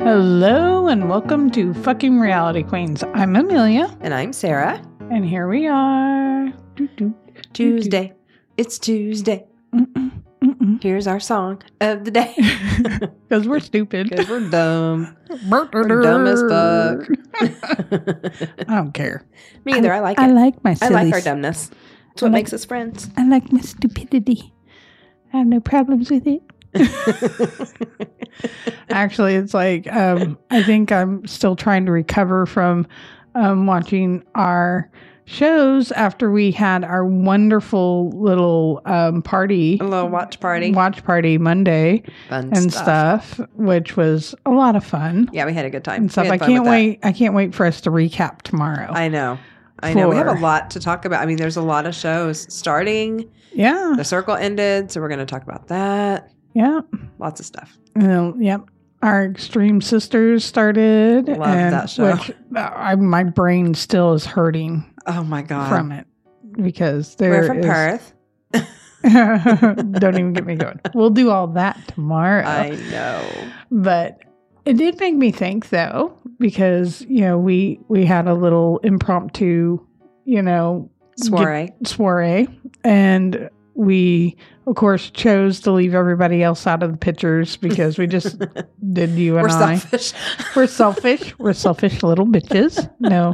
Hello and welcome to Fucking Reality Queens. I'm Amelia, And I'm Sarah. and here we are. Doot, doot. Tuesday. It's Tuesday. Mm-mm, mm-mm. Here's our song of the day. Because mm, we're stupid. Because we're dumb. We're dumb as fuck. I don't care. Me either. I like I it. like my I silly. like our dumbness. It's I what like- makes us friends. I like my stupidity. I have no problems with it. Actually, it's like um, I think I'm still trying to recover from um, watching our shows after we had our wonderful little um, party A little watch party. watch party Monday Fun and stuff. stuff. which was a lot of fun Yeah, we had a good time. and stuff. We had I fun can't with that. wait. I can't wait for us to recap tomorrow. I know. I know. We have For- a lot to talk about. I mean, there's a lot of shows starting. yeah, The circle ended. So we're going to talk about that. yeah, Lots of stuff. Uh, yep. Our extreme sisters started. Love and- that show. Which uh, I, my brain still is hurting Oh, my God. from it because there we're from is- Perth. don't even get me going. We'll do all that tomorrow. I know. but it did make me think though because you know we we had a little impromptu you know Soiree. soiree and we of course chose to leave everybody else out of the pictures because we just did you and We're I selfish. we're selfish we're selfish little bitches no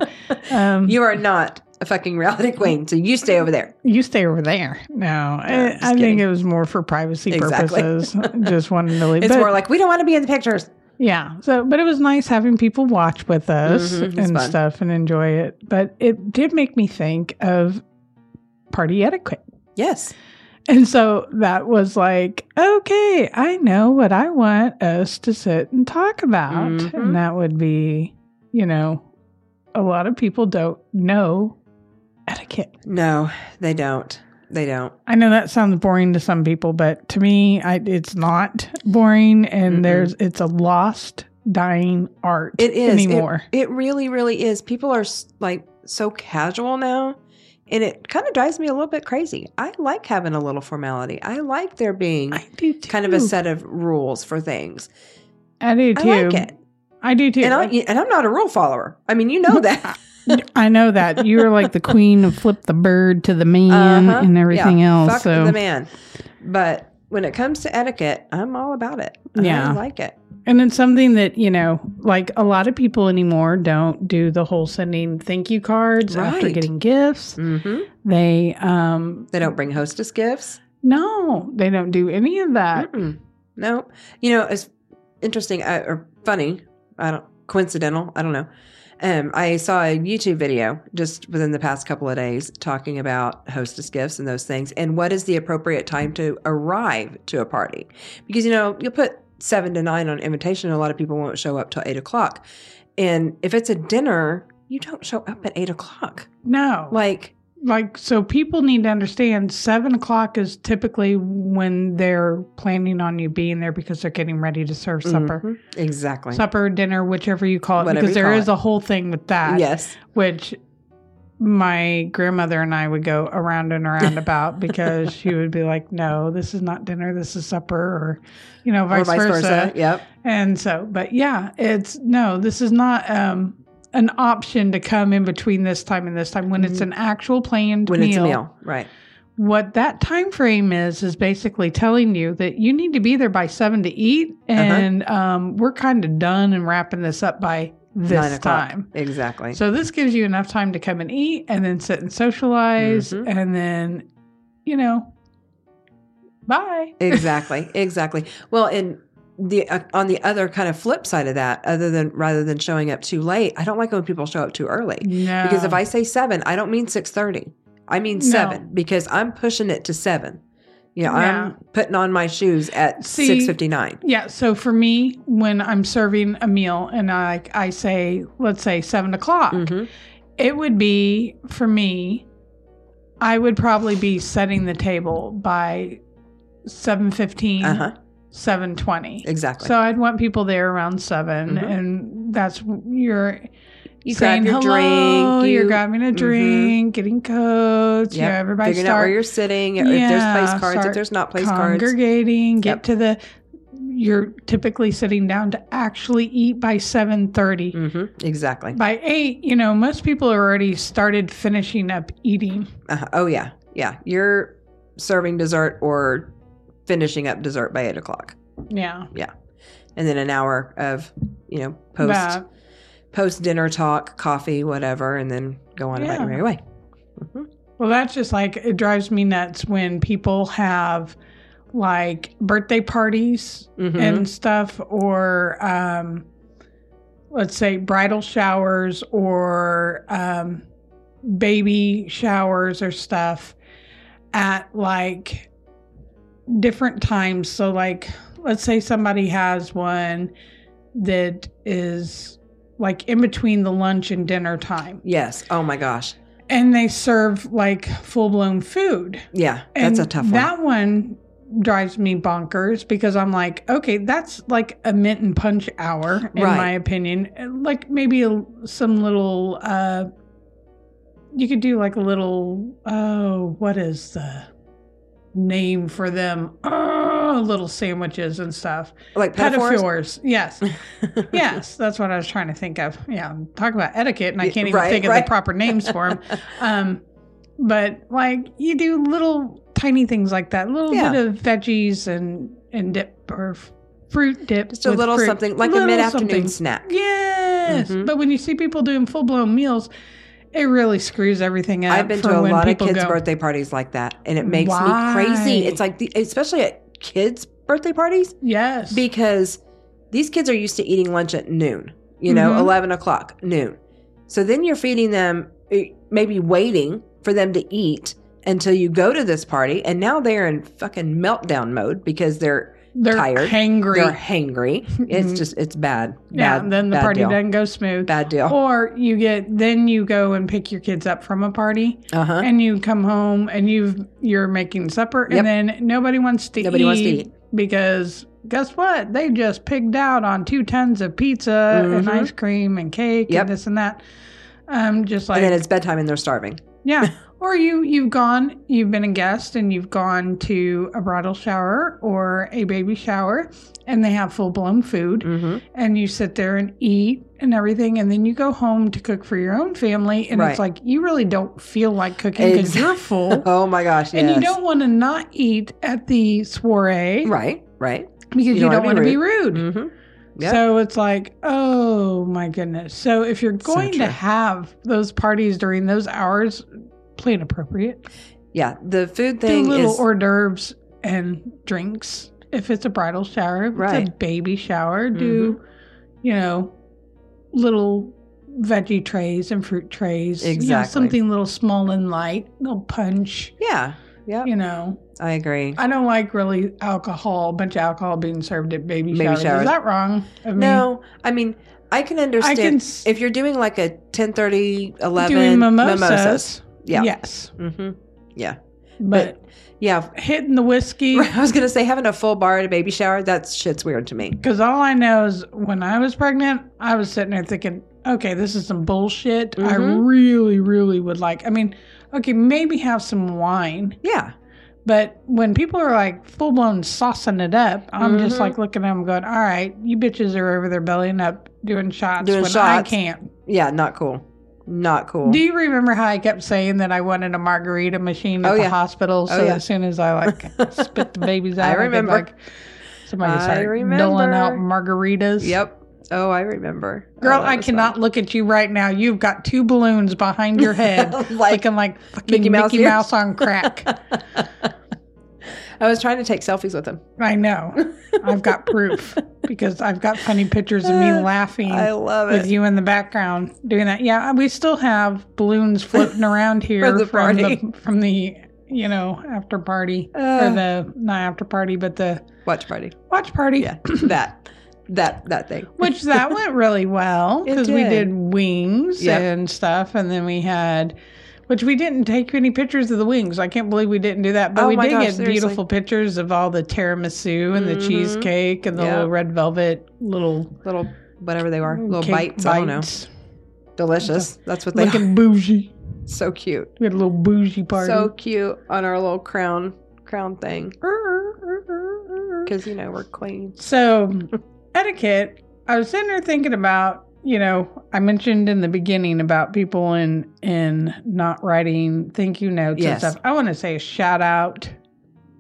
um you, You are not a fucking reality queen, so you stay over there. stay over there no I'm I, just I think kidding. it was more for privacy Exactly. purposes just wanted to leave It's but- more like we don't want to be in the pictures. Yeah. So, but it was nice having people watch with us Mhm, it's and fun. stuff and enjoy it. But it did make me think of party etiquette. Yes. And so that was like, okay, I know what I want us to sit and talk about. Mhm. And that would be, you know, a lot of people don't know etiquette. No, they don't. They don't. I know that sounds boring to some people, but to me, I, it's not boring. And Mm-mm. there's, it's a lost, dying art It is It- anymore. It, really, really is. People are s- like so casual now, and it kind of drives me a little bit crazy. I like having a little formality. I like there being I do too. kind of a set of rules for things. I do too. I like it, I do too. and I and I'm not a rule follower. I mean, you know that. I know that you're like the queen of flip the bird to the man Uh-huh. and everything Yeah. else. Fuck so the man. But when it comes to etiquette, I'm all about it. Yeah. I like it. and it's something that you know, like a lot of people anymore don't do the whole sending thank you cards after Right. getting gifts. Mm-hmm. They um They don't bring hostess gifts. no, they don't do any of that. Mm-mm. No, you know it's interesting I, or funny. I don't coincidental. I don't know. Um, I saw a YouTube video just within the past couple of days talking about hostess gifts and those things, and what is the appropriate time to arrive to a party? Because you know you'll put seven to nine on invitation, and a lot of people won't show up till eight o'clock. And if it's a dinner, you don't show up at eight o'clock. No, like, Like like so people need to understand. Seven o'clock is typically when they're planning on you being there because they're getting ready to serve supper. Mhm. exactly. supper, dinner, whichever you call it, Whatever because you there call is a whole thing with that, Yes. which my grandmother and I would go around and around about because she would be like, no, this is not dinner, this is supper, or, you know, vice, versa. Yep. And so, but yeah, it's no, this is not um, an option to come in between this time and this time when it's Mhm. an actual planned When meal. it's a meal. Right. What that time frame is is basically telling you that you need to be there by seven to eat, Uh-huh. and um, we're kind of done and wrapping this up by Nine this o'clock. time. Exactly. So this gives you enough time to come and eat, and then sit and socialize, Mhm. and then, you know, bye. exactly. Exactly. Well, and the uh, on the other kind of flip side of that, other than rather than showing up too late, I don't like when people show up too early No, because if I say seven, I don't mean six thirty. I mean No. seven because I'm pushing it to seven. You know, Yeah. I'm putting on my shoes at See- six fifty nine. Yeah, so for me, when I'm serving a meal and I, I say, let's say seven o'clock, Mm-hmm. It would be for me. I would probably be setting the table by 7:15, Uh huh. 7:20. Exactly. So I'd want people there around 7 Mhm. and that's you're you saying grab your hello, you're drink. you Mm-hmm. grabbing a drink, getting coats, you Yep, know, everybody figuring out where start you're sitting. If there's Yeah, place cards, start if there's not place cards. congregating, get Yep. to the you're typically sitting down to actually eat by 7:30. hmm Exactly. By 8, you know, most people are already started finishing up eating. Uh-huh. Oh yeah, yeah. You're serving dessert or finishing up dessert by eight o'clock, Yeah. and then an hour of you know post That- post dinner talk, coffee, whatever, and then go on about your Yeah. merry way. hmm Well, that's just like it drives me nuts when people have like birthday parties hmm and stuff, or um, let's say bridal showers or um, baby showers or stuff at like different times. So, like, let's say somebody has one that is like in between the lunch and dinner time yes. Oh my gosh. and they serve like full blown food. Yeah, And that's a tough one. That one drives me bonkers because I'm like, okay, that's like a mint and punch hour, in Right. my opinion. Like maybe a, some little, uh, you could do like a little, oh, what is the name for them? Oh, little sandwiches and stuff. like pedophores. Pedifures. Yes. yes. That's what I was trying to think of. Yeah. Talk about etiquette, and I Yeah, can't even right, think of right. the proper names for them. Um, but like you do little tiny things like that, little Yeah. bit of veggies and and dip or f- fruit dip, Just a with little fruit. something like a Little mid afternoon something. snack. Yes, Mhm. but when you see people doing full blown meals, it really screws everything up. I've been for to a when lot of people kids' go, birthday parties like that, and it makes me Why? crazy. It's like, the, especially at kids' birthday parties, Yes, because these kids are used to eating lunch at noon, you know, Mhm. 11 o'clock, noon. So then you're feeding them, eh, maybe waiting for them to eat until you go to this party. And now they're in fucking meltdown mode because they're they're tired. hangry. they're hangry. It's Mhm. just, it's bad. yeah, bad, and then the bad party deal. doesn't go smooth. Bad deal. Or you get then you go and pick your kids up from a party Uh huh. and you come home and you've you're making supper Yep. and then nobody wants to Nobody eat wants to eat. because guess what? They just pigged out on two tons of pizza and Mhm. ice cream and cake Yep. and this and that. Um just like and then it's bedtime and they're starving. yeah. Or you you've gone, you've been a guest and you've gone to a bridal shower or a baby shower and they have full-blown food Mm-hmm. and you sit there and eat and everything and then you go home to cook for your own family and Right. it's like you really don't feel like cooking because you're full Oh my gosh. and you yes. don't want to not eat at the soiree Right, right. because you, don't don't want wanna be to be rude Mm-hmm. Yep. so it's like oh my goodness so if you're So going true. to have those parties during those hours plan appropriate Yeah, the food do thing little is hors d'oeuvres and drinks if it's a bridal shower if it's a Right. Mm-hmm. baby shower do you know little veggie trays and fruit trays you know, Exactly. something little small and light little punch yeah, yeah. you know I agree. i don't like really alcohol a bunch of alcohol being served at baby, Baby showers. showers. is that wrong of me no, I mean I can i understand can s- if you're doing like a 10:30, 11 doing mimosas, Yeah. yes Mm-hmm. but, Yeah. hitting the whiskey I was gonna say having a full bar at a baby shower. That shit's weird to me. Because all I know is when I was pregnant, I was sitting there thinking, okay, this is some bullshit. I Mhm. really, really would like, I mean, okay, maybe have some wine. Yeah, But when people are like full blown saucing it up, I'm Mhm. just like looking at them going, all right, you bitches are over there bellying up doing shots Doing when I shots. can't. yeah. Not cool. Not cool. Do you remember how I kept saying that I wanted a margarita machine at Oh, the yeah. hospital? Oh, So yeah. as soon as I like spit the babies I out, could, remember. like, somebody I started doling out margaritas. yep. Oh, I remember. Oh, Girl, that I was cannot look at you right now. You've got two balloons behind your fun. head, like looking like fucking Mickey Mickey Mouse Mouse, ears. on crack. I was trying to take selfies with him. I know. I've got proof because I've got funny pictures of me laughing I love it. with you in the background doing that. Yeah, we still have balloons floating around here the from party. the from the you know after party or Uh, the not after party but the watch party. watch party. Yeah, that that that thing. which that went really well It because we did. did wings Yep. and stuff, and then we had, which we didn't take any pictures of the wings. I can't believe we didn't do that, but Oh we my did gosh, get seriously. beautiful pictures of all the tiramisu and Mhm. the cheesecake and the Yep. little red velvet little little whatever they are, little cake bites. I don't know. bites. Delicious. That's what they are. looking bougie. So cute. We had a little bougie party. So cute on our little crown crown thing. because you know we're queens. So, etiquette, I was sitting there thinking about, you know, I mentioned in the beginning about people in in not writing thank you notes Yes. and stuff. I want to say a shout out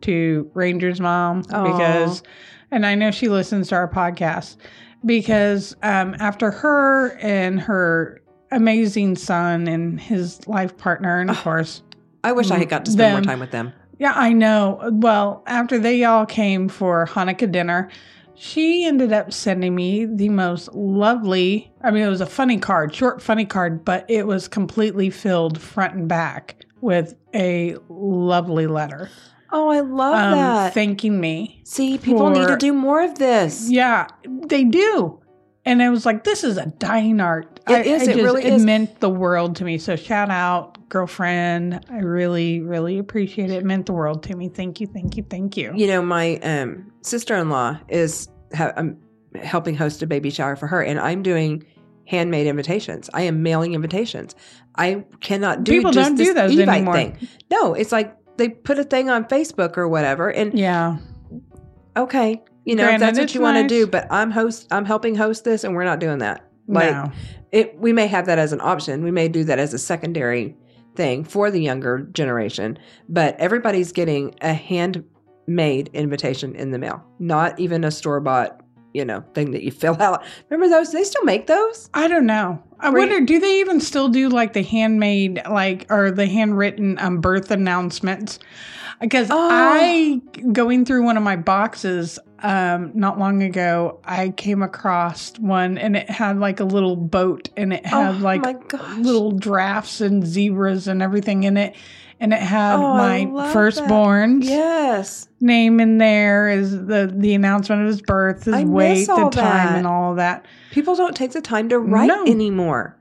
to Ranger's mom Aw. because and I know she listens to our podcast because um after her and her amazing son and his life partner and of Oh. course I wish I had got to spend Them. more time with them. yeah, I know. Well, after they all came for Hanukkah dinner, she ended up sending me the most lovely. I mean, it was a funny card, short funny card, but it was completely filled front and back with a lovely letter Oh, I love um, that. thanking me. See, people need to for- do more of this. Yeah, they do. And I was like, this is a dying art. It I, is, I it really it is. meant the world to me. So shout out, girlfriend. I really, really appreciate it. It meant the world to me. Thank you, thank you, thank you. You know, my um, sister-in-law is ha- I'm helping host a baby shower for her, and I'm doing handmade invitations. I am mailing invitations. I cannot do People just don't do this those Evite anymore. thing. No, it's like they put a thing on Facebook or whatever, and Yeah. okay, you know, if Granted, that's what it's you want nice. to do. But I'm host. I'm helping host this, and we're not doing that. Like, no. it we may have that as an option. We may do that as a secondary thing for the younger generation, but everybody's getting a handmade invitation in the mail, not even a store bought, you know, thing that you fill out. Remember those? They still make those? I don't know. I Were you- wonder, do they even still do like the handmade, like, or the handwritten um, birth announcements? Because Oh. I, going through one of my boxes um, not long ago, I came across one and it had like a little boat and it had oh like my gosh. little drafts and zebras and everything in it. And it had Oh, I my love that. firstborn's Yes. name in there, is the, the announcement of his birth, his I miss weight, the all time, that. and all that. People don't take the time to write No. anymore.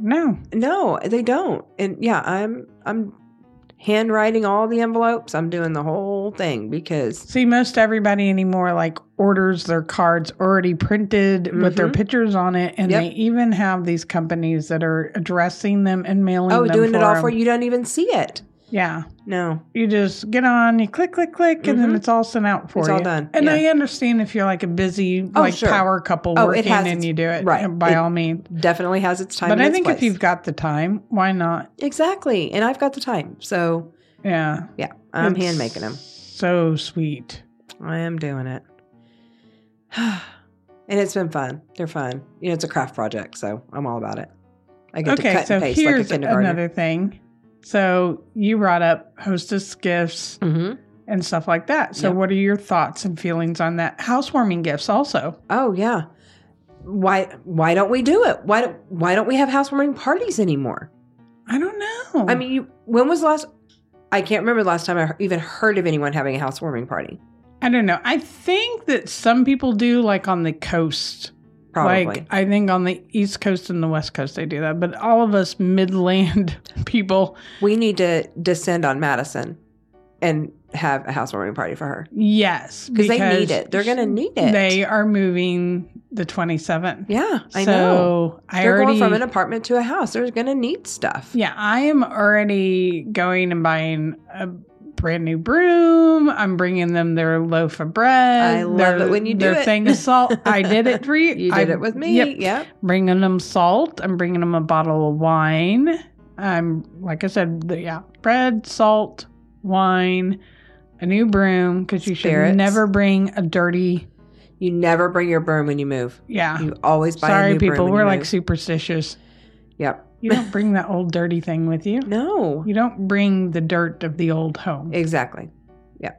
No. No, they don't. And yeah, I'm I'm handwriting all the envelopes. I'm doing the whole thing because See, most everybody anymore like orders their cards already printed with their Mhm. pictures on it, and Yep. they even have these companies that are addressing them and mailing. oh, them doing it all 'em. for you don't even see it. Yeah, No. you just get on, you click, click, click, and then Mhm. it's all sent out for It's you. all done. And Yeah. I understand if you're like a busy, Oh, like sure. power couple Oh, it working, has and its- you do it right. and by It- all means. definitely has its time. But and I its think if place. you've got the time, why not? exactly, and I've got the time, so Yeah, yeah, I'm It's hand making them. So sweet. I am doing it, and it's been fun. They're fun. You know, it's a craft project, so I'm all about it. I get to Okay, cut so and paste like a here's kindergartner. another thing. So you brought up hostess gifts Mhm. and stuff like that. So Yep. what are your thoughts and feelings on that? Housewarming gifts also. Oh yeah, why why don't we do it? Why don't why don't we have housewarming parties anymore? I don't know. I mean, you, when was the last? I can't remember the last time I even heard of anyone having a housewarming party. I don't know. I think that some people do like on the coast. Probably. Like I think on the east coast and the west coast they do that, but all of us midland people, We need to descend on Madison and have a housewarming party for her yes, because they need because it. They're going to need it. They are moving the 27th. yeah, I so know. I They're already going from an apartment to a house. They're going to need stuff. Yeah, I am already going and buying a brand new broom. I'm bringing them their loaf of bread. I love their, it when you do their it. thing of salt. I did it for you. You I- did it with me. Yep, Yep. bringing them salt. I'm bringing them a bottle of wine. I'm like I said, the, yeah, bread, salt, wine, a new broom because you should Spirits. never bring a dirty. You never bring your broom when you move. Yeah, You always buy a sorry new people, broom. when we're you like move. superstitious. Yep. You don't bring that old dirty thing with you. No. You don't bring the dirt of the old home. Exactly. Yep.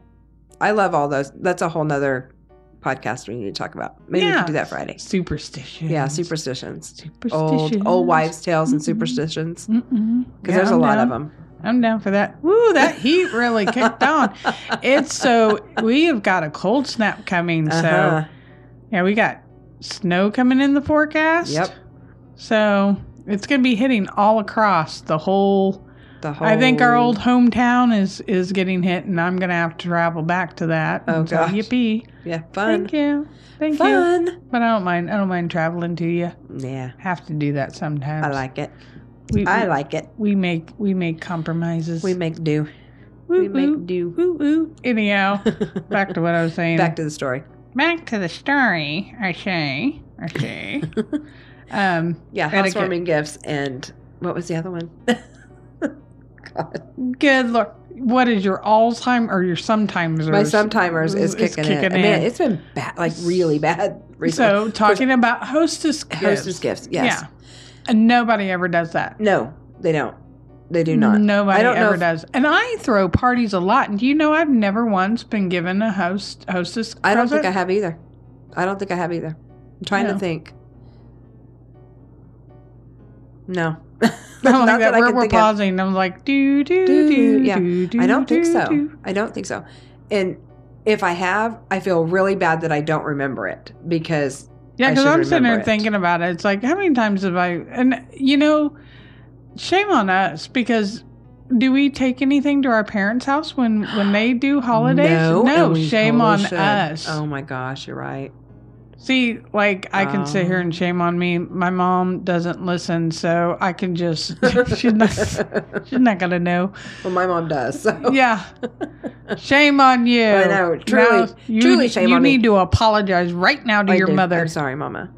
I love all those. That's a whole nother podcast we need to talk about. Maybe we Yeah. can do that Friday. Superstition. Yeah, superstitions. Superstition. Old old wives' tales and Mhm. superstitions. Because Because there's a lot of them. I'm down for that. Woo, that heat really kicked on. It's so, we have got a cold snap coming. Uh-huh. So, yeah, we got snow coming in the forecast. Yep. So, it's going to be hitting all across the whole. The whole I think our old hometown is is getting hit, and I'm going to have to travel back to that. Oh, And so, gosh. Yippee. yeah fun Thank you. Thank you. fun. But I don't mind. I don't mind traveling to you. Yeah, Have to do that sometimes. I like it. We, I like it. we make we make compromises. We make do. Woo, we make woo, do. woo, woo. Anyhow, back to what I was saying. Back to the story. Back to the story. Okay. Okay. um, Yeah, Etiquette. housewarming gifts and what was the other one? God. good lord. What is your Alzheimer's or your sometimers? My sometimers is It's kicking, kicking in. Man, in. it's been bad, like really bad recently. So talking about hostess gifts. Hostess gifts, yes. Yeah. And nobody ever does that. No, they don't. They do not. Nobody I don't know ever if- does. And I throw parties a lot. And do you know I've never once been given a host hostess I don't think I present? have either. I don't think I have either. I'm trying No. to think. No. I don't think Not that, I we're, can we're think of. pausing. I'm like, do, do, Do, do, do, yeah. do, I don't think do, so. do. I don't think so. And if I have, I feel really bad that I don't remember it because Yeah, I because should I'm sitting there remember it. thinking about it. It's like, how many times have I, and you know, shame on us because do we take anything to our parents' house when when they do holidays? No, and we shame on totally should. us. Oh my gosh, you're right. See, like I can sit here Oh. and shame on me. My mom doesn't listen, so I can just she's not she's not gonna know. well, my mom does. So. Yeah, shame on you. Oh. I know, truly- you, truly shame you on me. need to apologize right now to I your do. mother. I'm sorry, Mama.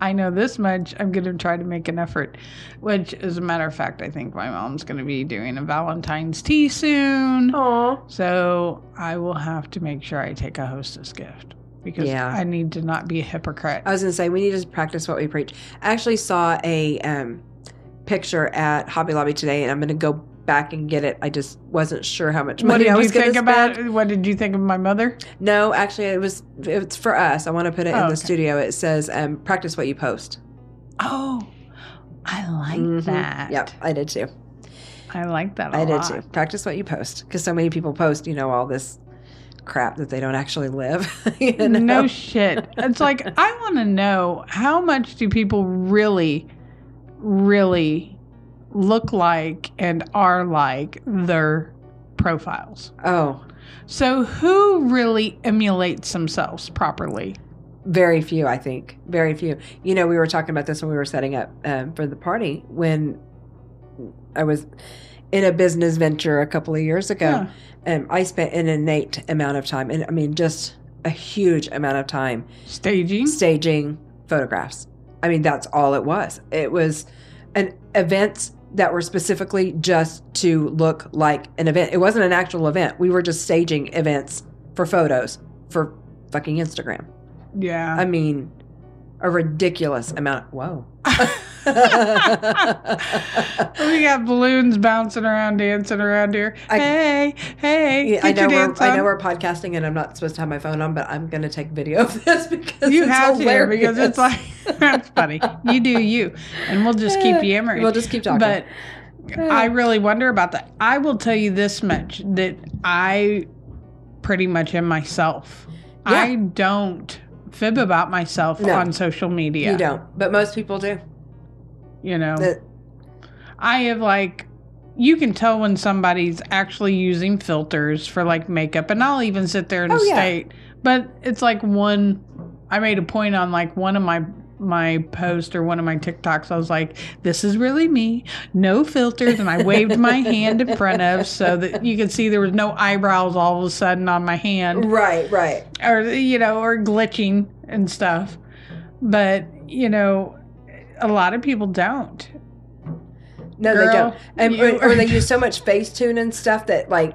I know this much. I'm going to try to make an effort, which, as a matter of fact, I think my mom's going to be doing a Valentine's tea soon. Aw. So I will have to make sure I take a hostess gift because Yeah. I need to not be a hypocrite. I was going to say we need to practice what we preach. I actually saw a um, picture at Hobby Lobby today, and I'm going to go back and get it. I just wasn't sure how much what money did I you was think going to about? What did you think of my mother? No, actually, it was it's for us. I want to put it Oh, in the okay. studio. It says um, practice what you post. Oh, I like Mhm. that. Yep, I did too. I like that. Mm-hmm. I I did lot. too. Practice what you post because so many people post, you know, all this crap that they don't actually live. you know? No shit. It's like I want to know how much do people really, really look like and are like their profiles. oh, So who really emulates themselves properly? very few. I think very few. You know, we were talking about this when we were setting up um, for the party when I was in a business venture a couple of years ago. Yeah. Um, I spent an innate amount of time, and I mean, just a huge amount of time Staging. staging photographs. I mean, that's all it was. It was an events that were specifically just to look like an event. It wasn't an actual event. We were just staging events for photos for fucking Instagram. Yeah. I mean, a ridiculous amount. Whoa. we got balloons bouncing around, dancing around here. I- hey, hey, Yeah, get I know your we're dance I know on. we're podcasting and I'm not supposed to have my phone on, but I'm gonna take video of this because you it's have hilarious. to because it's like that's funny. You do you, and we'll just keep yammering. We'll just keep talking. But I really wonder about that. I will tell you this much that I pretty much am myself. Yeah. I don't fib about myself No. on social media. you don't, but most people do. You know, That- I have like, you can tell when somebody's actually using filters for like makeup, and I'll even sit there and Oh, yeah. state. But it's like one. I made a point on like one of my my post or one of my TikToks. I was like, "This is really me, no filters," and I waved my hand in front of so that you could see there was no eyebrows all of a sudden on my hand Right, right. or you know or glitching and stuff but you know a lot of people don't No, they Girl, don't. And you or, or they are- use so much Facetune and stuff that like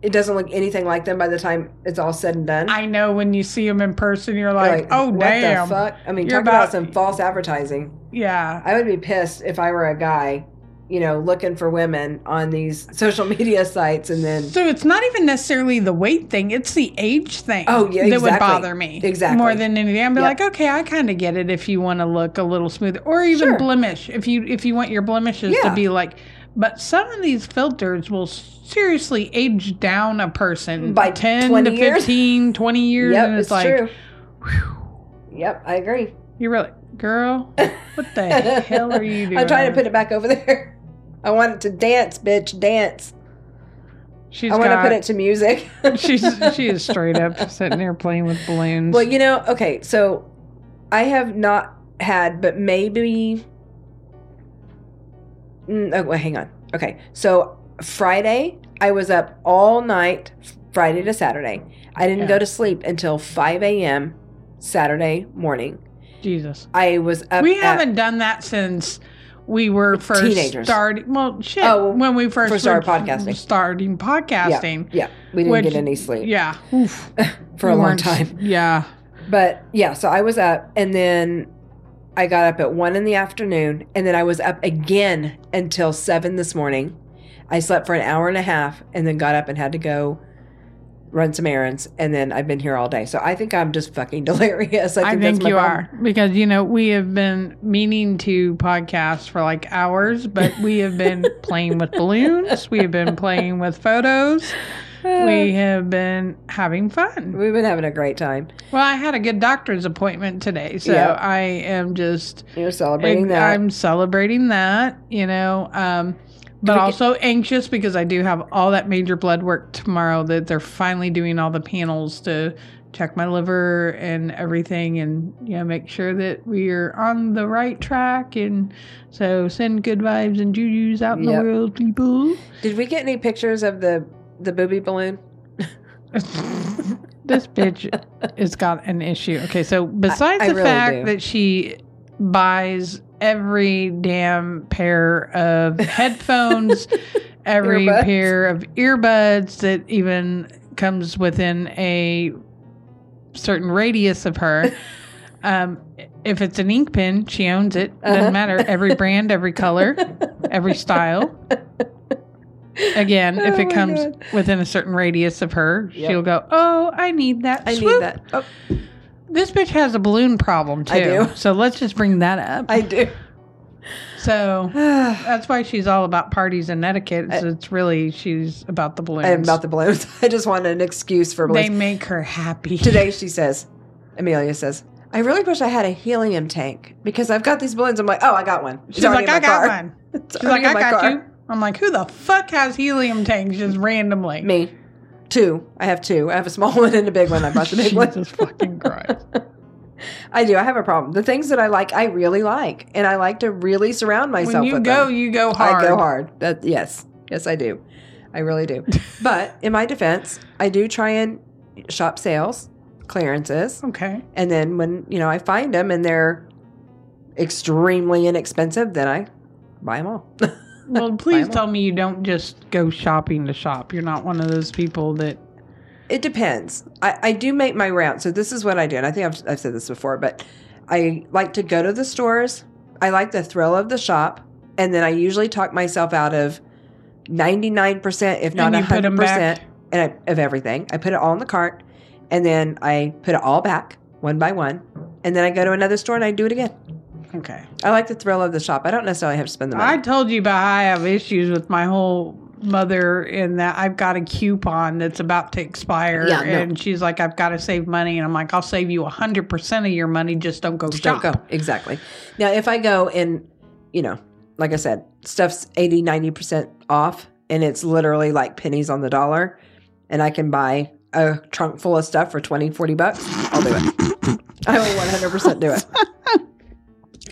it doesn't look anything like them by the time it's all said and done. i know when you see them in person you're You're like, oh what damn the fuck? I mean, You're talk about, about- some false advertising. yeah I would be pissed if I were a guy, you know, looking for women on these social media sites and then so it's not even necessarily the weight thing it's the age thing Oh, yeah, that would exactly. bother me Exactly. more than anything i'd be Yep. like okay i kind of get it if you want to look a little smoother or even Sure. blemish if you if you want your blemishes Yeah. to be like but some of these filters will seriously age down a person By 10 20 to years. 15 20 years Yep, and it's, it's, like true. Yep, I agree. You're really, girl, what the hell are you doing? I'm trying to put it back over there. I want it to dance, bitch, dance. She's I want got, to put it to music. she's she is straight up sitting there playing with balloons. Well, you know, okay, so I have not had, but maybe. Mm, oh, well, hang on. Okay, so Friday I was up all night, Friday to Saturday. I didn't Yeah. go to sleep until 5 a.m. Saturday morning. Jesus. I was up. we at- haven't done that since we were first Teenagers. starting. Well, shit. Oh, when we first, first started were podcasting. Starting podcasting. Yeah, we didn't Which- get any sleep Yeah. Oof. for a We long weren't- time. Yeah. But yeah, so I was up and then I got up at one in the afternoon and then I was up again until seven this morning. I slept for an hour and a half and then got up and had to go run some errands and then I've been here all day. So I think I'm just fucking delirious. I I think, think, that's my you problem. are because you know we have been meaning to podcast for like hours, but we have been playing with balloons. We have been playing with photos. We have been having fun. Uh, We've been having a great time. Well, I had a good doctor's appointment today, so Yeah. I am just You're celebrating that. I'm celebrating that. You know. Um, but we get- also anxious because I do have all that major blood work tomorrow that they're finally doing all the panels to check my liver and everything and you know make sure that we're on the right track and so send good vibes and jujus out in Yep. the world people. Did we get any pictures of the the booby balloon? this bitch has got an issue. Okay, so besides I the really fact do. that she buys every damn pair of headphones, every Earbuds. pair of earbuds that even comes within a certain radius of her. Um, if it's an ink pen, she owns it. Doesn't Uh-huh. matter. Every brand, every color, every style. Again, if Oh it my comes God. within a certain radius of her, Yep. she'll go, "Oh, I need that." I Swoop. need that. Oh, This bitch has a balloon problem too. I do. So let's just bring that up. I do. so that's why she's all about parties and etiquette. is it's really she's about the balloons. and about the balloons. I just wanted an excuse for they balloons. make her happy. Today she says, Amelia says, I really wish I had a helium tank because I've got these balloons. I'm like, oh, I got one. It's she's already like, "I in my got car." one." It's She's already like, "I in my got car. you." I'm like, "Who the fuck has helium tanks just randomly?" Me, two. I have two. I have a small one and a big one. I bought the big one. Jesus fucking Christ. I do. I have a problem. The things that I like, I really like, and I like to really surround myself. when you with go, them. you go hard. I go hard. That yes, yes, I do. I really do. but in my defense, I do try and shop sales, clearances. Okay. And then when, you know, I find them and they're extremely inexpensive, then I buy them all. Well, please Bible. tell me you don't just go shopping to shop. You're not one of those people that. it depends. I, I do make my round. So this is what I do. And I think I've, I've said this before, but I like to go to the stores. I like the thrill of the shop. And then I usually talk myself out of 99%, if not And you put 'em 100% back? and I, of everything. I put it all in the cart and then I put it all back one by one. And then I go to another store and I do it again. Okay. I like the thrill of the shop. I don't necessarily have to spend the money. I told you about how I have issues with my whole mother in that I've got a coupon that's about to expire. Yeah, no. and she's like, I've got to save money. And I'm like, I'll save you 100% of your money. Just don't go Just shop. Don't go. Exactly. Now, if I go and, you know, like I said, stuff's 80, 90% off and it's literally like pennies on the dollar and I can buy a trunk full of stuff for 20, 40 bucks, I'll do it. I will 100% do it.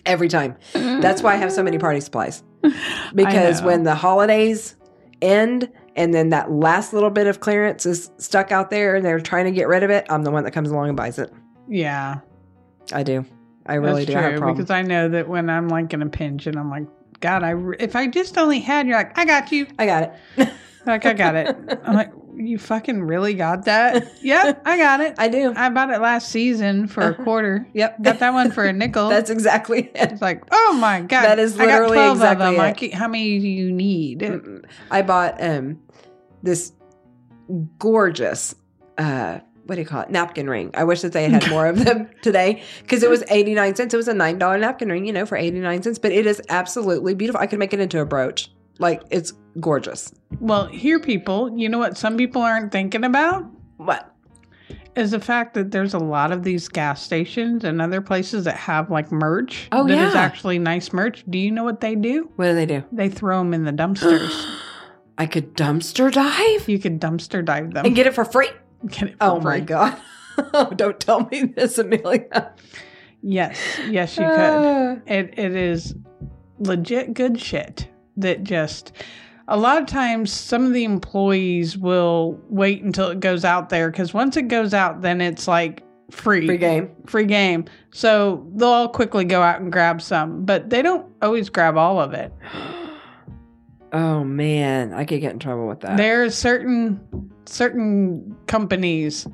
Every time. That's why I have so many party supplies. Because know. when the holidays end and then that last little bit of clearance is stuck out there and they're trying to get rid of it, I'm the one that comes along and buys it. Yeah. I do. I really that's do true. have a problem. because I know that when I'm like in a pinch and I'm like, God, I re- if I just only had, you're like, I got you. I got it. Like, I got it. I'm like, you fucking really got that? yep, I got it. I do. I bought it last season for a quarter. Yep. Got that one for a nickel. That's exactly it. it's like, oh my god, That is literally I got 12 exactly of them. I it. can't- how many do you need? Mm-mm. I bought um this gorgeous uh what do you call it? Napkin ring. I wish that they had had more of them today because it was 89 cents. It was a $9 napkin ring, you know, for 89 cents, but it is absolutely beautiful. I could make it into a brooch. Like it's gorgeous. Well, here, people, you know what? Some people aren't thinking about What? is the fact that there's a lot of these gas stations and other places that have like merch Oh, that is yeah. actually nice merch. Do you know what they do? What do they do? They throw them in the dumpsters. I could dumpster dive you could dumpster dive them. and get it for free. Get it for Oh my free. god. Oh, Don't tell me this, Amelia. Yes, yes, you could. Ah. It it is legit good shit that just a lot of times some of the employees will wait until it goes out there because once it goes out, then it's like free, Free game. free game. So they'll all quickly go out and grab some, but they don't always grab all of it. Oh man, I could get in trouble with that. There are certain certain companies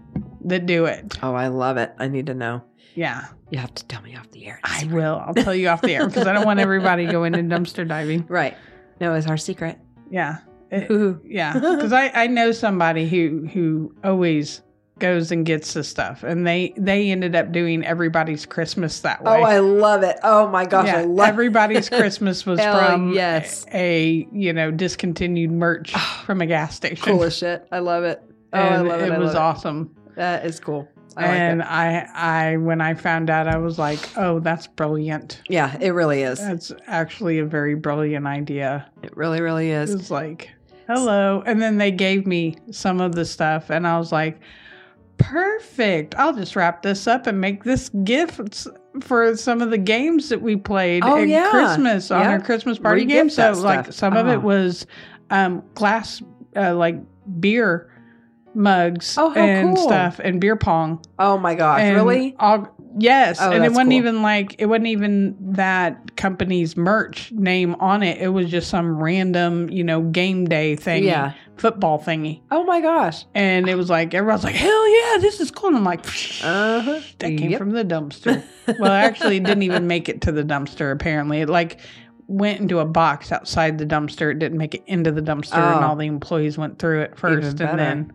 that do it. oh, I love it. I need to know. Yeah, You have to tell me off the air. I will. I'll tell you off the air because I don't want everybody going into dumpster diving. Right. No, it's our secret. Yeah. It- Ooh. Yeah, because I, I know somebody who who always goes and gets the stuff, and they they ended up doing everybody's Christmas that way. Oh, I love it. Oh my gosh, Yeah, I love everybody's Christmas was Hell from yes. a you know discontinued merch Oh, from a gas station. cool as shit. I love it. Oh, I And love it. it I was love awesome. It. That is cool. I and like I I when I found out, I was like, oh, that's brilliant. it. Yeah, it really is. That's actually a very brilliant idea. It really, really It is. was like, hello. And then they gave me some of the stuff, and I was like, perfect. I'll just wrap this up and make this gifts for some of the games that we played Oh, at yeah. Christmas on our Yep. Christmas party Re-gift game. So, that like, stuff. some of Oh. it was um, glass, uh, like beer mugs Oh, how and cool. stuff and beer pong Oh my gosh, and really? all- yes, Oh, and it that's wasn't cool. even like it wasn't even that company's merch name on it. It was just some random, you know, game day thing, Yeah. football thingy. Oh my gosh. And it was like everyone's like, "Hell yeah, this is cool!" And I'm like, Uh-huh. "That came Yep. from the dumpster." well, actually, it didn't even make it to the dumpster. Apparently, it like went into a box outside the dumpster. It didn't make it into the dumpster, and Oh. all the employees went through it first, better. and then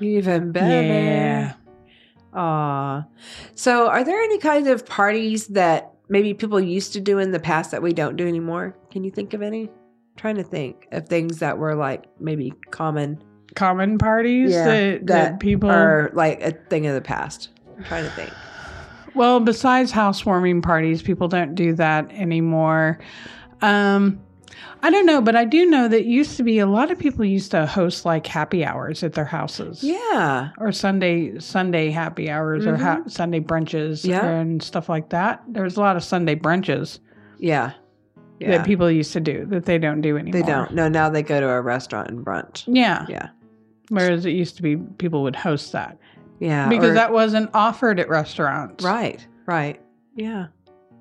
Even better. yeah. Aw. So, are there any kinds of parties that maybe people used to do in the past that we don't do anymore? Can you think of any? trying to think of things that were like maybe common Common parties Yeah, that, that, that people or like a thing of the past. I'm trying to think. Well, besides housewarming parties, people don't do that anymore. Um, I don't know, but I do know that used to be a lot of people used to host like happy hours at their houses. Yeah. Or Sunday Sunday happy hours or ha- Sunday brunches Mm-hmm. Yeah. and stuff like that. There's a lot of Sunday brunches Yeah. that people used to do that they don't do anymore. They don't. No, now they go to a restaurant and brunch. Yeah. Yeah. Whereas it used to be people would host that Yeah. because or- that wasn't offered at restaurants. Right. Right. Yeah.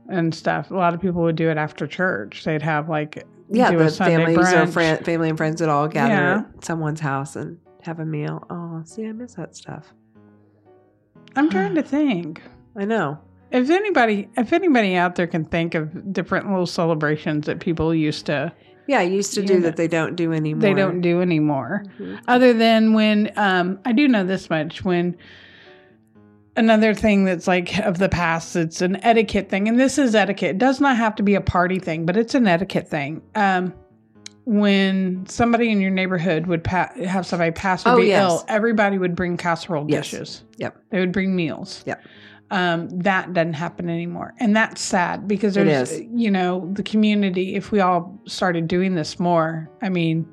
and stuff. A lot of people would do it after church. They'd have like Yeah. do a The Sunday families or brunch. friend, family and friends would all gather Yeah. at someone's house and have a meal. Oh, see, I miss that stuff. I'm trying to think I know. if anybody if anybody out there can think of different little celebrations that people used to Yeah, I used to You do know, that. They don't do anymore. they don't do anymore. Mhm. Other than when um, I do know this much when. Another thing that's like of the past, it's an etiquette thing. And this is etiquette. It does not have to be a party thing, but it's an etiquette thing. Um, when somebody in your neighborhood would pa- have somebody pass or Oh, be yes. ill, everybody would bring casserole Yes. dishes. Yep. They would bring meals. Yep. Um, that doesn't happen anymore. And that's sad because It there's, is. you know, the community, if we all started doing this more, I mean,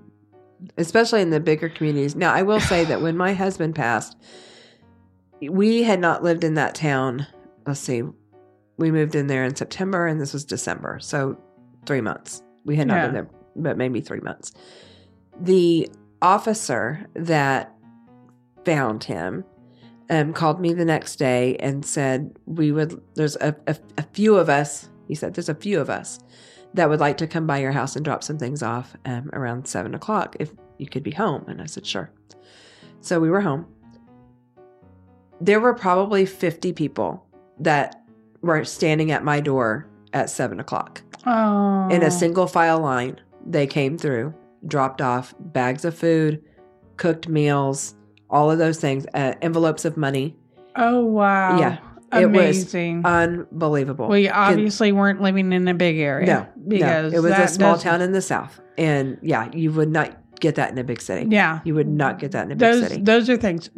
especially in the bigger communities. Now, I will say that when my husband passed, we had not lived in that town. Let's see, we moved in there in September, and this was December, so three months. We had not been Yeah. there, but maybe three months. The officer that found him um, called me the next day and said we would. There's a, a, a few of us. He said there's a few of us that would like to come by your house and drop some things off um, around seven o'clock if you could be home. And I said sure. So we were home. There were probably fifty people that were standing at my door at seven o'clock oh. in a single file line. They came through, dropped off bags of food, cooked meals, all of those things, uh, envelopes of money. Oh, wow. Yeah, it was uh, Amazing. Unbelievable. we Could- obviously weren't living in a big area. No, Because no, it was a that small doesn't- town in the south, and yeah, you would not get that in a big city. Yeah. You would not get that in a big those city. those are things.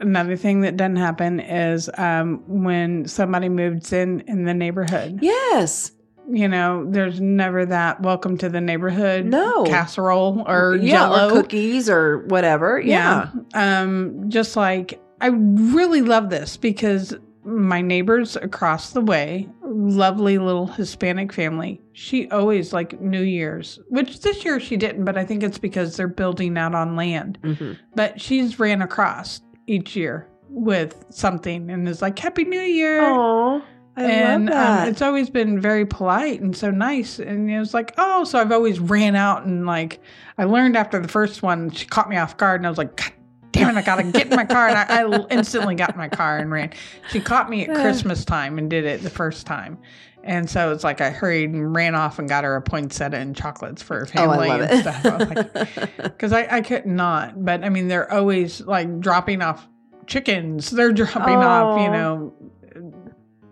Another thing that doesn't happen is um, when somebody moves in in the neighborhood. yes, You know, there's never that welcome to the neighborhood No. casserole or yeah, jello. or cookies or whatever. Yeah, Um, just like I really love this because my neighbors across the way lovely little Hispanic family. She always like New Year's, which this year she didn't, but I think it's because they're building out on land. hmm But she's ran across each year with something and is like, Happy New Year. Aww, I and love that. Um, it's always been very polite and so nice. And it was like, oh, so I've always ran out and like I learned after the first one, she caught me off guard, and I was like, God damn it, I gotta get in my car. And I, I instantly got in my car and ran. She caught me at Christmas time and did it the first time. And so it's like I hurried and ran off and got her a poinsettia and chocolates for her oh, family I love and it. stuff. I was like, because I, I could not. But I mean, they're always like dropping off chickens. They're dropping off, you Aw. know,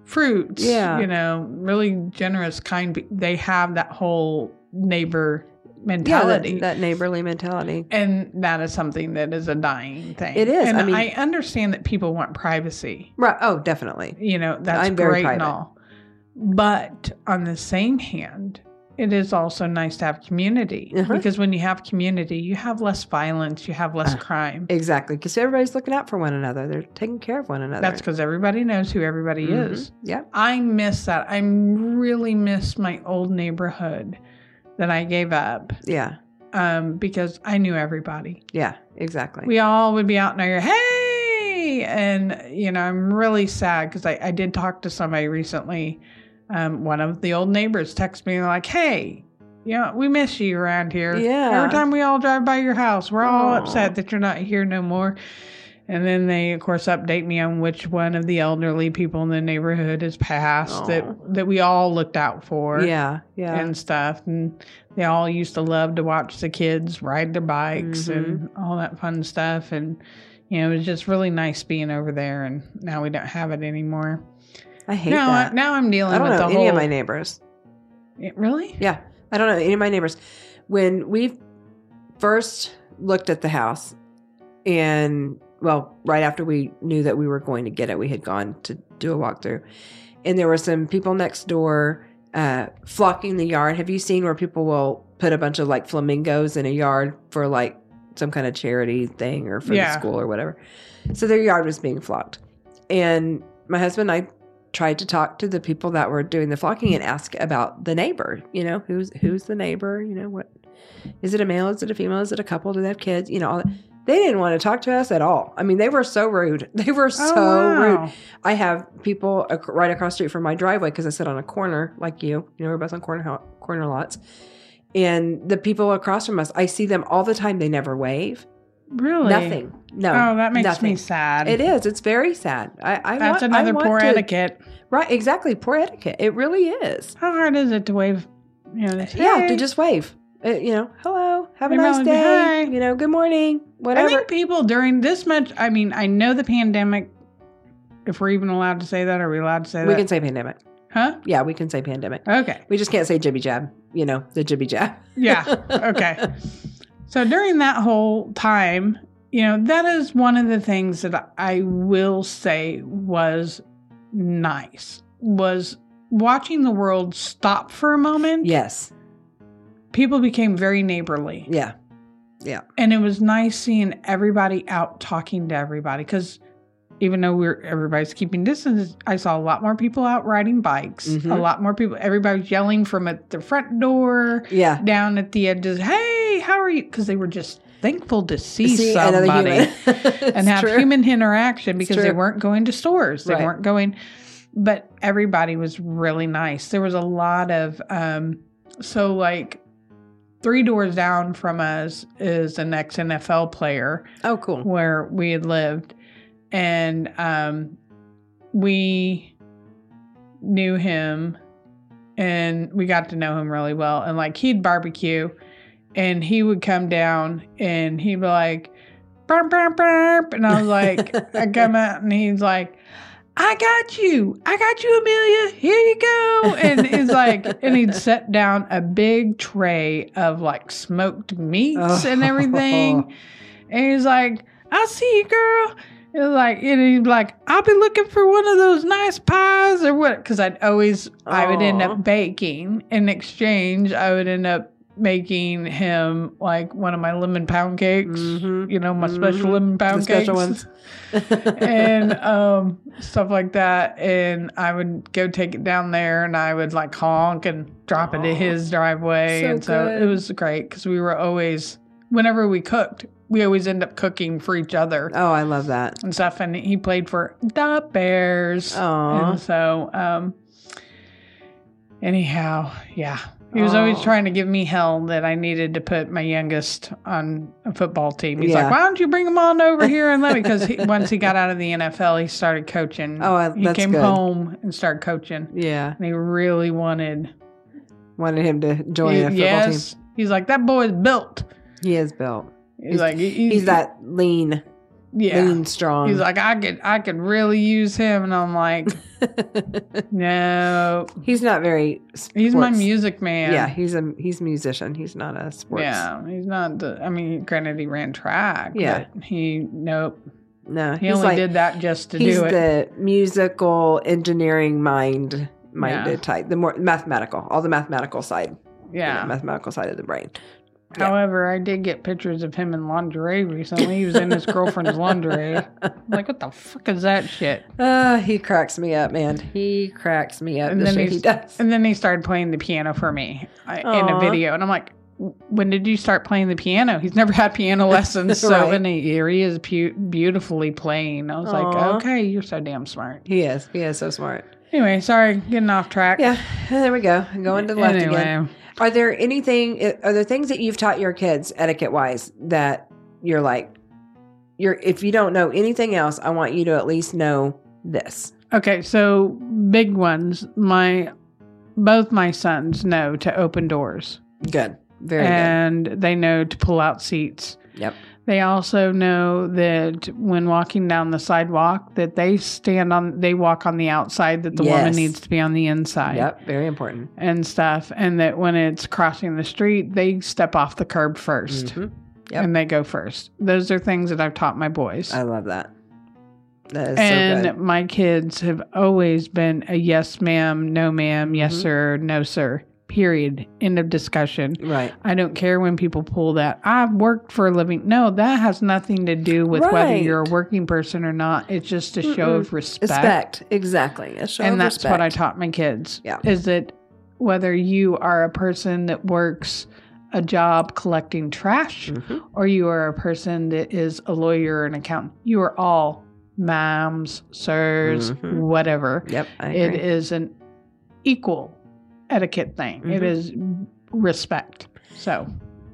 fruits. Yeah. You know, really generous, kind. pe- They have that whole neighbor yeah, that, mentality. that neighborly mentality. and that is something that is a dying thing. It is. And I I, mean- understand that people want privacy. Right. Oh, definitely. You know, that's I'm very great and private. all. But on the same hand, it is also nice to have community Uh-huh. because when you have community, you have less violence, you have less Uh, crime. Exactly. Because everybody's looking out for one another. They're taking care of one another. That's because everybody knows who everybody Mhm. is. Yeah. I miss that. I really miss my old neighborhood that I gave up Yeah. um, because I knew everybody. Yeah. Exactly. We all would be out in our hey, and you know I'm really sad because I, I did talk to somebody recently. Um, one of the old neighbors texted me like, "Hey, you know we miss you around here. Yeah. Every time we all drive by your house, we're all Aw. upset that you're not here no more." And then they, of course, update me on which one of the elderly people in the neighborhood has passed Aw. that that we all looked out for yeah. Yeah. and stuff. And they all used to love to watch the kids ride their bikes and Mm-hmm. all that fun stuff. And, you know, it was just really nice being over there. And now we don't have it anymore. I hate Now, I, that. now I'm dealing I don't with know the any whole. of my neighbors. It- really? Yeah. I don't know any of my neighbors. When we first looked at the house, and well, right after we knew that we were going to get it, we had gone to do a walkthrough. And there were some people next door uh, flocking the yard. Have you seen where people will put a bunch of like flamingos in a yard for like some kind of charity thing or for Yeah. the school or whatever? So their yard was being flocked. And my husband and I tried to talk to the people that were doing the flocking and ask about the neighbor. You know, who's who's the neighbor? You know, what is it a male? Is it a female? Is it a couple? Do they have kids? You know, all that. they didn't want to talk to us at all. I mean, they were so rude. They were so Oh, rude. wow. I have people ac- right across the street from my driveway because I sit on a corner like you. You know, we're both on corner ho- corner lots. And the people across from us, I see them all the time. They never wave. Really? Nothing. No. Oh, that makes nothing. me sad. It is. It's very sad. I, I That's want, I another want poor to- etiquette. Right. Exactly. Poor etiquette. It really is. How hard is it to wave? You know, say, Yeah. To "Hey." just wave. Uh, you know, hello. Have a Your nice mom- day. hi. You know, good morning. Whatever. I think people during this much. I mean, I know the pandemic. If we're even allowed to say that, are we allowed to say we that? can say pandemic. huh? Yeah, we can say pandemic. Okay. We just can't say jibby jab. You know, the jibby jab. Yeah. Okay. so during that whole time, you know, that is one of the things that I will say was nice was watching the world stop for a moment. yes. People became very neighborly. Yeah. and it was nice seeing everybody out talking to everybody because even though we're everybody's keeping distance, I saw a lot more people out riding bikes. A Mhm. lot more people. Everybody's yelling from at the front door Yeah. down at the edges. Hey, how are you? Because they were just thankful to see, See another somebody human. It's and have true. human interaction because they true. weren't going to stores. They Right. weren't going, but everybody was really nice. There was a lot of, um, so like three doors down from us is an ex NFL player Oh, cool. where we had lived. And um, we knew him and we got to know him really well. And like he'd barbecue and he would come down and he'd be like, burp, burp, burp. And I was like, I come out and he's like, I got you. I got you, Amelia. Here you go. And he's like, and he'd set down a big tray of like smoked meats and everything. And he's like, I see you, girl. And like, and he's like, I'll be looking for one of those nice pies or what? Because I'd always, I would end Aw. up baking in exchange. I would end up making him like one of my lemon pound cakes. Mhm. You know, my Mhm. special lemon pound The special cakes. ones. and um, stuff like that. And I would go take it down there, and I would like honk and drop into Aw. his driveway. So and so it good. was great because we were always, whenever we cooked, we always end up cooking for each other oh, I love that. and stuff. And he played for the Bears, Oh, and so um, anyhow, yeah. He was always Aw. trying to give me hell that I needed to put my youngest on a football team. He's Yeah. like, "Why don't you bring him on over here and let me?" Because he, once he got out of the NFL, he started coaching. Oh, I- he that's came good. home and started coaching, yeah. and he really wanted. Wanted him to join a football yes, he's like that boy's built. team. He is built. He's, He's- like he- He's that lean, yeah. lean, strong. He's like I could I could really use him, and I'm like, no, he's not very. Sports. he's my music man. Yeah, he's a he's a musician. He's not a sports. Yeah, he's not. The, I mean, granted, he ran track. Yeah. but he nope. No, He he's only like, did that just to he's do it. the musical engineering mind minded Yeah. type. The more mathematical, all the mathematical side. you know, yeah. mathematical side of the brain. yeah. However, I did get pictures of him in lingerie recently. He was in his girlfriend's lingerie. I'm like, what the fuck is that shit? Uh, he cracks me up, man. He cracks me up. And the then shit he's- he does. And then he started playing the piano for me I, in Aw. a video, and I'm like. When did you start playing the piano? He's never had piano lessons, so Right. and he, here he is pu- beautifully playing. I was like, Aw. okay, you're so damn smart. He is. He is so smart. Anyway, sorry, getting off track. Yeah, there we go. Going to the left anyway, again. Are there anything? Are there things that you've taught your kids etiquette wise that you're like, you're if you don't know anything else, I want you to at least know this. Okay, so big ones. My both my sons know to open doors, Good, very and they know to pull out seats. good. Yep. They also know that when walking down the sidewalk, that they stand on, they walk on the outside. That the woman Yes. needs to be on the inside Yep. Very important. and stuff, and that when it's crossing the street, they step off the curb 1st Mhm. Yep. and they go first. Those are things that I've taught my boys. I love that. That is and so good. my kids have always been a yes ma'am no ma'am yes Mhm. sir no sir period end of discussion Right. i don't care when people pull that i've worked for a living no that has nothing to do with whether Right. you're a working person or not it's just a show Mm-mm. of respect, Respect. Exactly. A show and of that's what i respect. taught my kids Yeah. is that whether you are a person that works a job collecting trash Mhm. or you are a person that is a lawyer or an accountant, you are all ma'ams, sirs, Mhm. whatever. Yep. I It agree. is an equal etiquette thing. It Mhm. is respect. So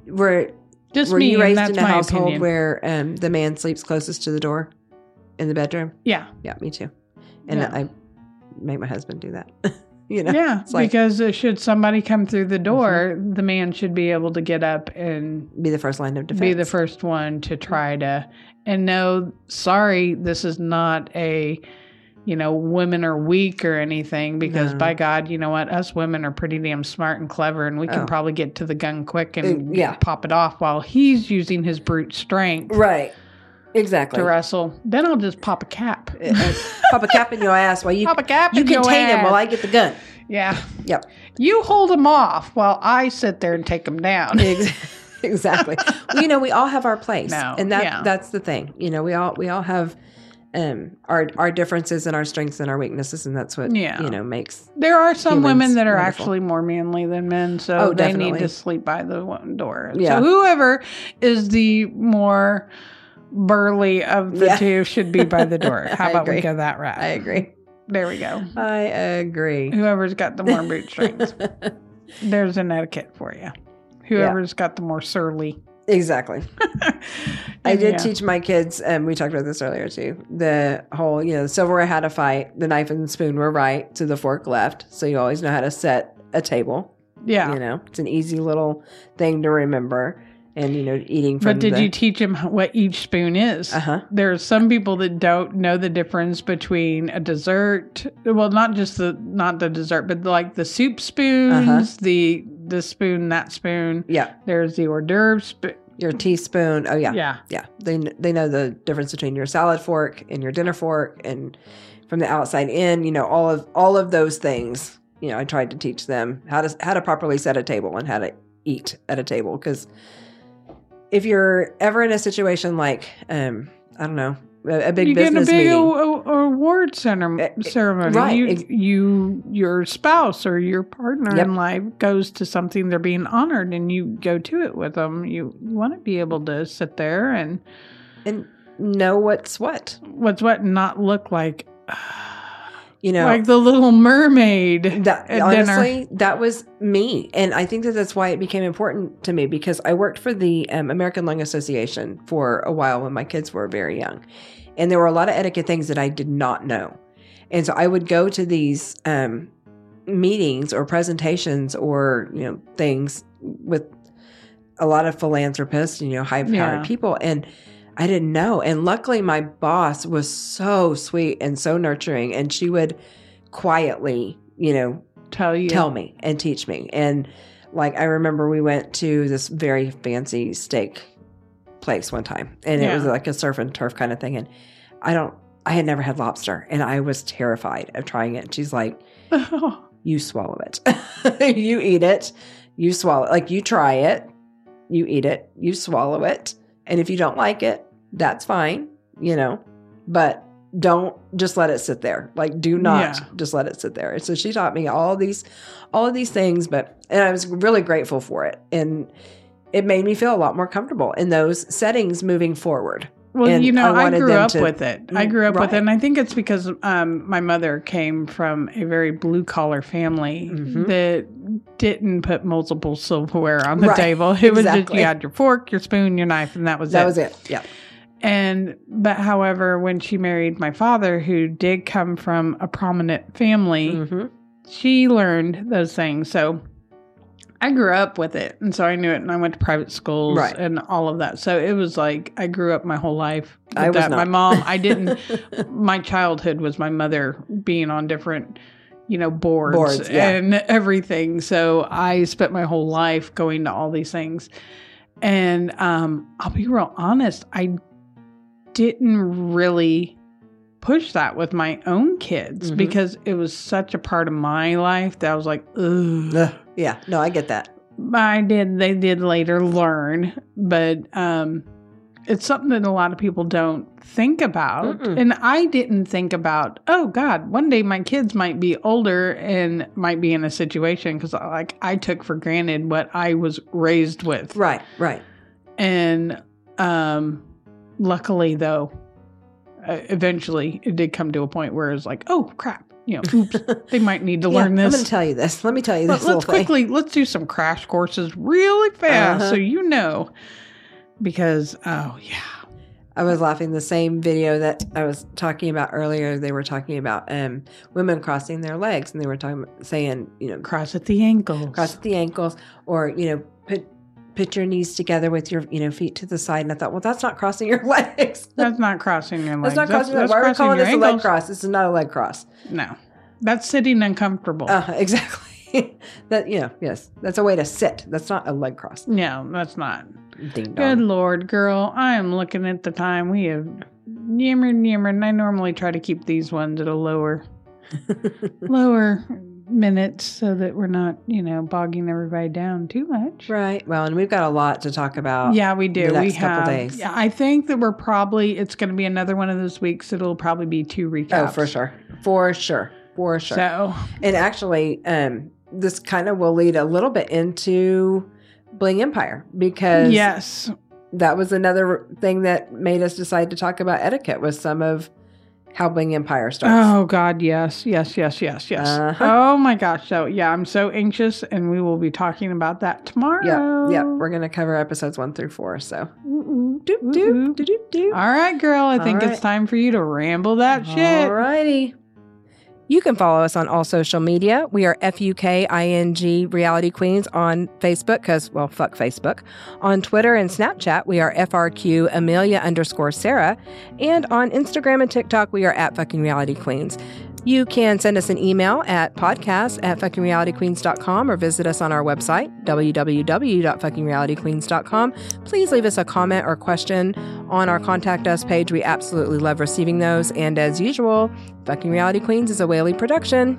Were just Were me. you and raised that's in a my household opinion. where um, the man sleeps closest to the door in the bedroom? yeah, Yeah, me too. And Yeah. I make my husband do that. you know. yeah, it's like- Mm-hmm. because uh, should somebody come through the door, the man should be able to get up and be the first line of defense. be the first one to try to and no sorry this is not a you know women are weak or anything because No. by god you know what us women are pretty damn smart and clever and we can Oh. probably get to the gun quick and Uh, yeah. pop it off while he's using his brute strength Right. Exactly. to wrestle then i'll just pop a cap Uh, uh, pop a cap in your ass while you pop a cap you in your contain him while ass. I get the gun. yeah Yep. you hold him off while i sit there and take him down Ex- exactly. Well, you know, we all have our place, No, and that yeah. that's the thing. You know, we all we all have um our our differences and our strengths and our weaknesses, and that's what Yeah. you know makes There are some Humans, women that are wonderful. actually more manly than men, so Oh, they need definitely. to sleep by the one door. Yeah. So whoever is the more burly of the Yeah. two should be by the door. I How about we agree. go that route? I agree. There we go. I agree. Whoever's got the more boot strings, there's an etiquette for you. Whoever's got the more surly. exactly. I did Yeah. teach my kids, and we talked about this earlier too. The whole, you know, the silverware had a fight. The knife and spoon were right, so the fork left. So you always know how to set a table. Yeah. You know, it's an easy little thing to remember. And you know, eating from. But did the, you teach them what each spoon is? Uh huh. there are some people that don't know the difference between a dessert well not just the not the dessert but like the soup spoons Uh-huh. the the spoon that spoon Yeah, there's the hors d'oeuvres sp- your teaspoon. Oh yeah, yeah. yeah. They kn- they know the difference between your salad fork and your dinner fork, and from the outside in. You know, all of all of those things. You know, I tried to teach them how to how to properly set a table and how to eat at a table because if you're ever in a situation like um i don't know a, a big you get in a business big meeting aw- aw- award Uh, center uh, ceremony. right, You, ex- you, your spouse or your partner Yep. in life goes to something they're being honored, and you go to it with them. You want to be able to sit there and and know what's what what's what, and not look like you know like the Little Mermaid. at that dinner. honestly that was me and i think that that's why it became important to me because i worked for the um, american lung association for a while when my kids were very young and there were a lot of etiquette things that i did not know and so i would go to these um, meetings or presentations or you know things with a lot of philanthropists and you know high powered Yeah. people and I didn't know. And luckily, my boss was so sweet and so nurturing, and she would quietly, you know, Tell you, tell me and teach me. And like, I remember we went to this very fancy steak place one time, and it was Yeah. like a surf and turf kind of thing. And I don't, I had never had lobster, and I was terrified of trying it. And she's like, you swallow it. you eat it. You swallow Like you try it. You eat it. You swallow it. And if you don't like it, that's fine, you know, but don't just let it sit there. Like do not Yeah. just let it sit there. And so she taught me all these, all of these things, but, and I was really grateful for it. And it made me feel a lot more comfortable in those settings moving forward. Well, And you know, I I, wanted grew them up to- with it. I Mm, grew up with it. right. And I think it's because um, my mother came from a very blue collar family Mhm. that didn't put multiple silverware on the Right. table. It was just Exactly. you had your fork, your spoon, your knife, and that was that it. was it. Yeah. And but however, when she married my father, who did come from a prominent family, Mhm. she learned those things. So I grew up with it. And so I knew it. And I went to private schools Right. and all of that. So it was like I grew up my whole life. With I was that. My not. mom, I Mm-hmm. didn't, my childhood was my mother being on different, you know, boards, Boards, yeah. and everything. So I spent my whole life going to all these things. And um, I'll be real honest, I didn't really push that with my own kids Mhm. because it was such a part of my life that I was like, ugh. Ugh. yeah. No, I get that. I did, they did later learn, but um, it's something that a lot of people don't think about. Mm-mm. And I didn't think about, oh God, one day my kids might be older and might be in a situation because like I took for granted what I was raised with. Right. Right. And um, luckily, though, uh, eventually it did come to a point where it was like, oh crap, you know, oops, they might need to Yeah, learn I'm going this. to tell you this. Let me tell you Let, this. let's little thing. quickly let's do some crash courses really fast Uh-huh. so you know because oh yeah I was laughing the same video that I was talking about earlier. They were talking about um, women crossing their legs, and they were talking saying, you know, cross at the ankles cross at the ankles, or you know, put put your knees together with your you know feet to the side. And I thought, well, that's not crossing your legs. that's not crossing your legs That's not crossing. your that's, legs. Why are we calling your this a leg ankles cross? This is not a leg cross. no that's sitting uncomfortable Uh, exactly. that you know, yes, that's a way to sit. That's not a leg cross. no that's not Ding Good dong. lord, girl. I am looking at the time. We have yammered and yammered, and I normally try to keep these ones at a lower, lower minutes so that we're not, you know, bogging everybody down too much. right. Well, and we've got a lot to talk about. Yeah, we do. The we next couple have. days. Yeah, I think that we're probably, it's going to be another one of those weeks. It'll probably be two recaps. Oh, for sure. For sure. For sure. So, And actually, um, this kind of will lead a little bit into Bling Empire because yes. that was another thing that made us decide to talk about etiquette was some of how Bling Empire starts. Oh, God. Yes, yes, yes, yes, yes. Uh-huh. Oh, my gosh. So, yeah, I'm so anxious, and we will be talking about that tomorrow. Yep, yep. We're gonna cover episodes one through four. So Ooh, ooh, doop ooh, ooh. doop doop doop doop. All right, girl. I All think right. it's time for you to ramble that shit. Alrighty. You can follow us on all social media. We are F-U-K-I-N-G Reality Queens on Facebook because, well, fuck Facebook. On Twitter and Snapchat, we are FRQ Amelia underscore Sarah. And on Instagram and TikTok, we are at fucking Reality Queens. You can send us an email at podcast at fuckingrealityqueens.com or visit us on our website, www.fuckingrealityqueens.com. Please leave us a comment or question on our contact us page. We absolutely love receiving those. And as usual, Fucking Reality Queens is a Whaley production.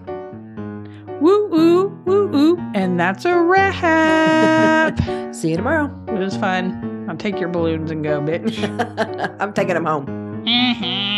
Woo, woo, woo, woo. And that's a wrap. See you tomorrow. it was fun. Now take your balloons and go, bitch. I'm taking them home. Mhm.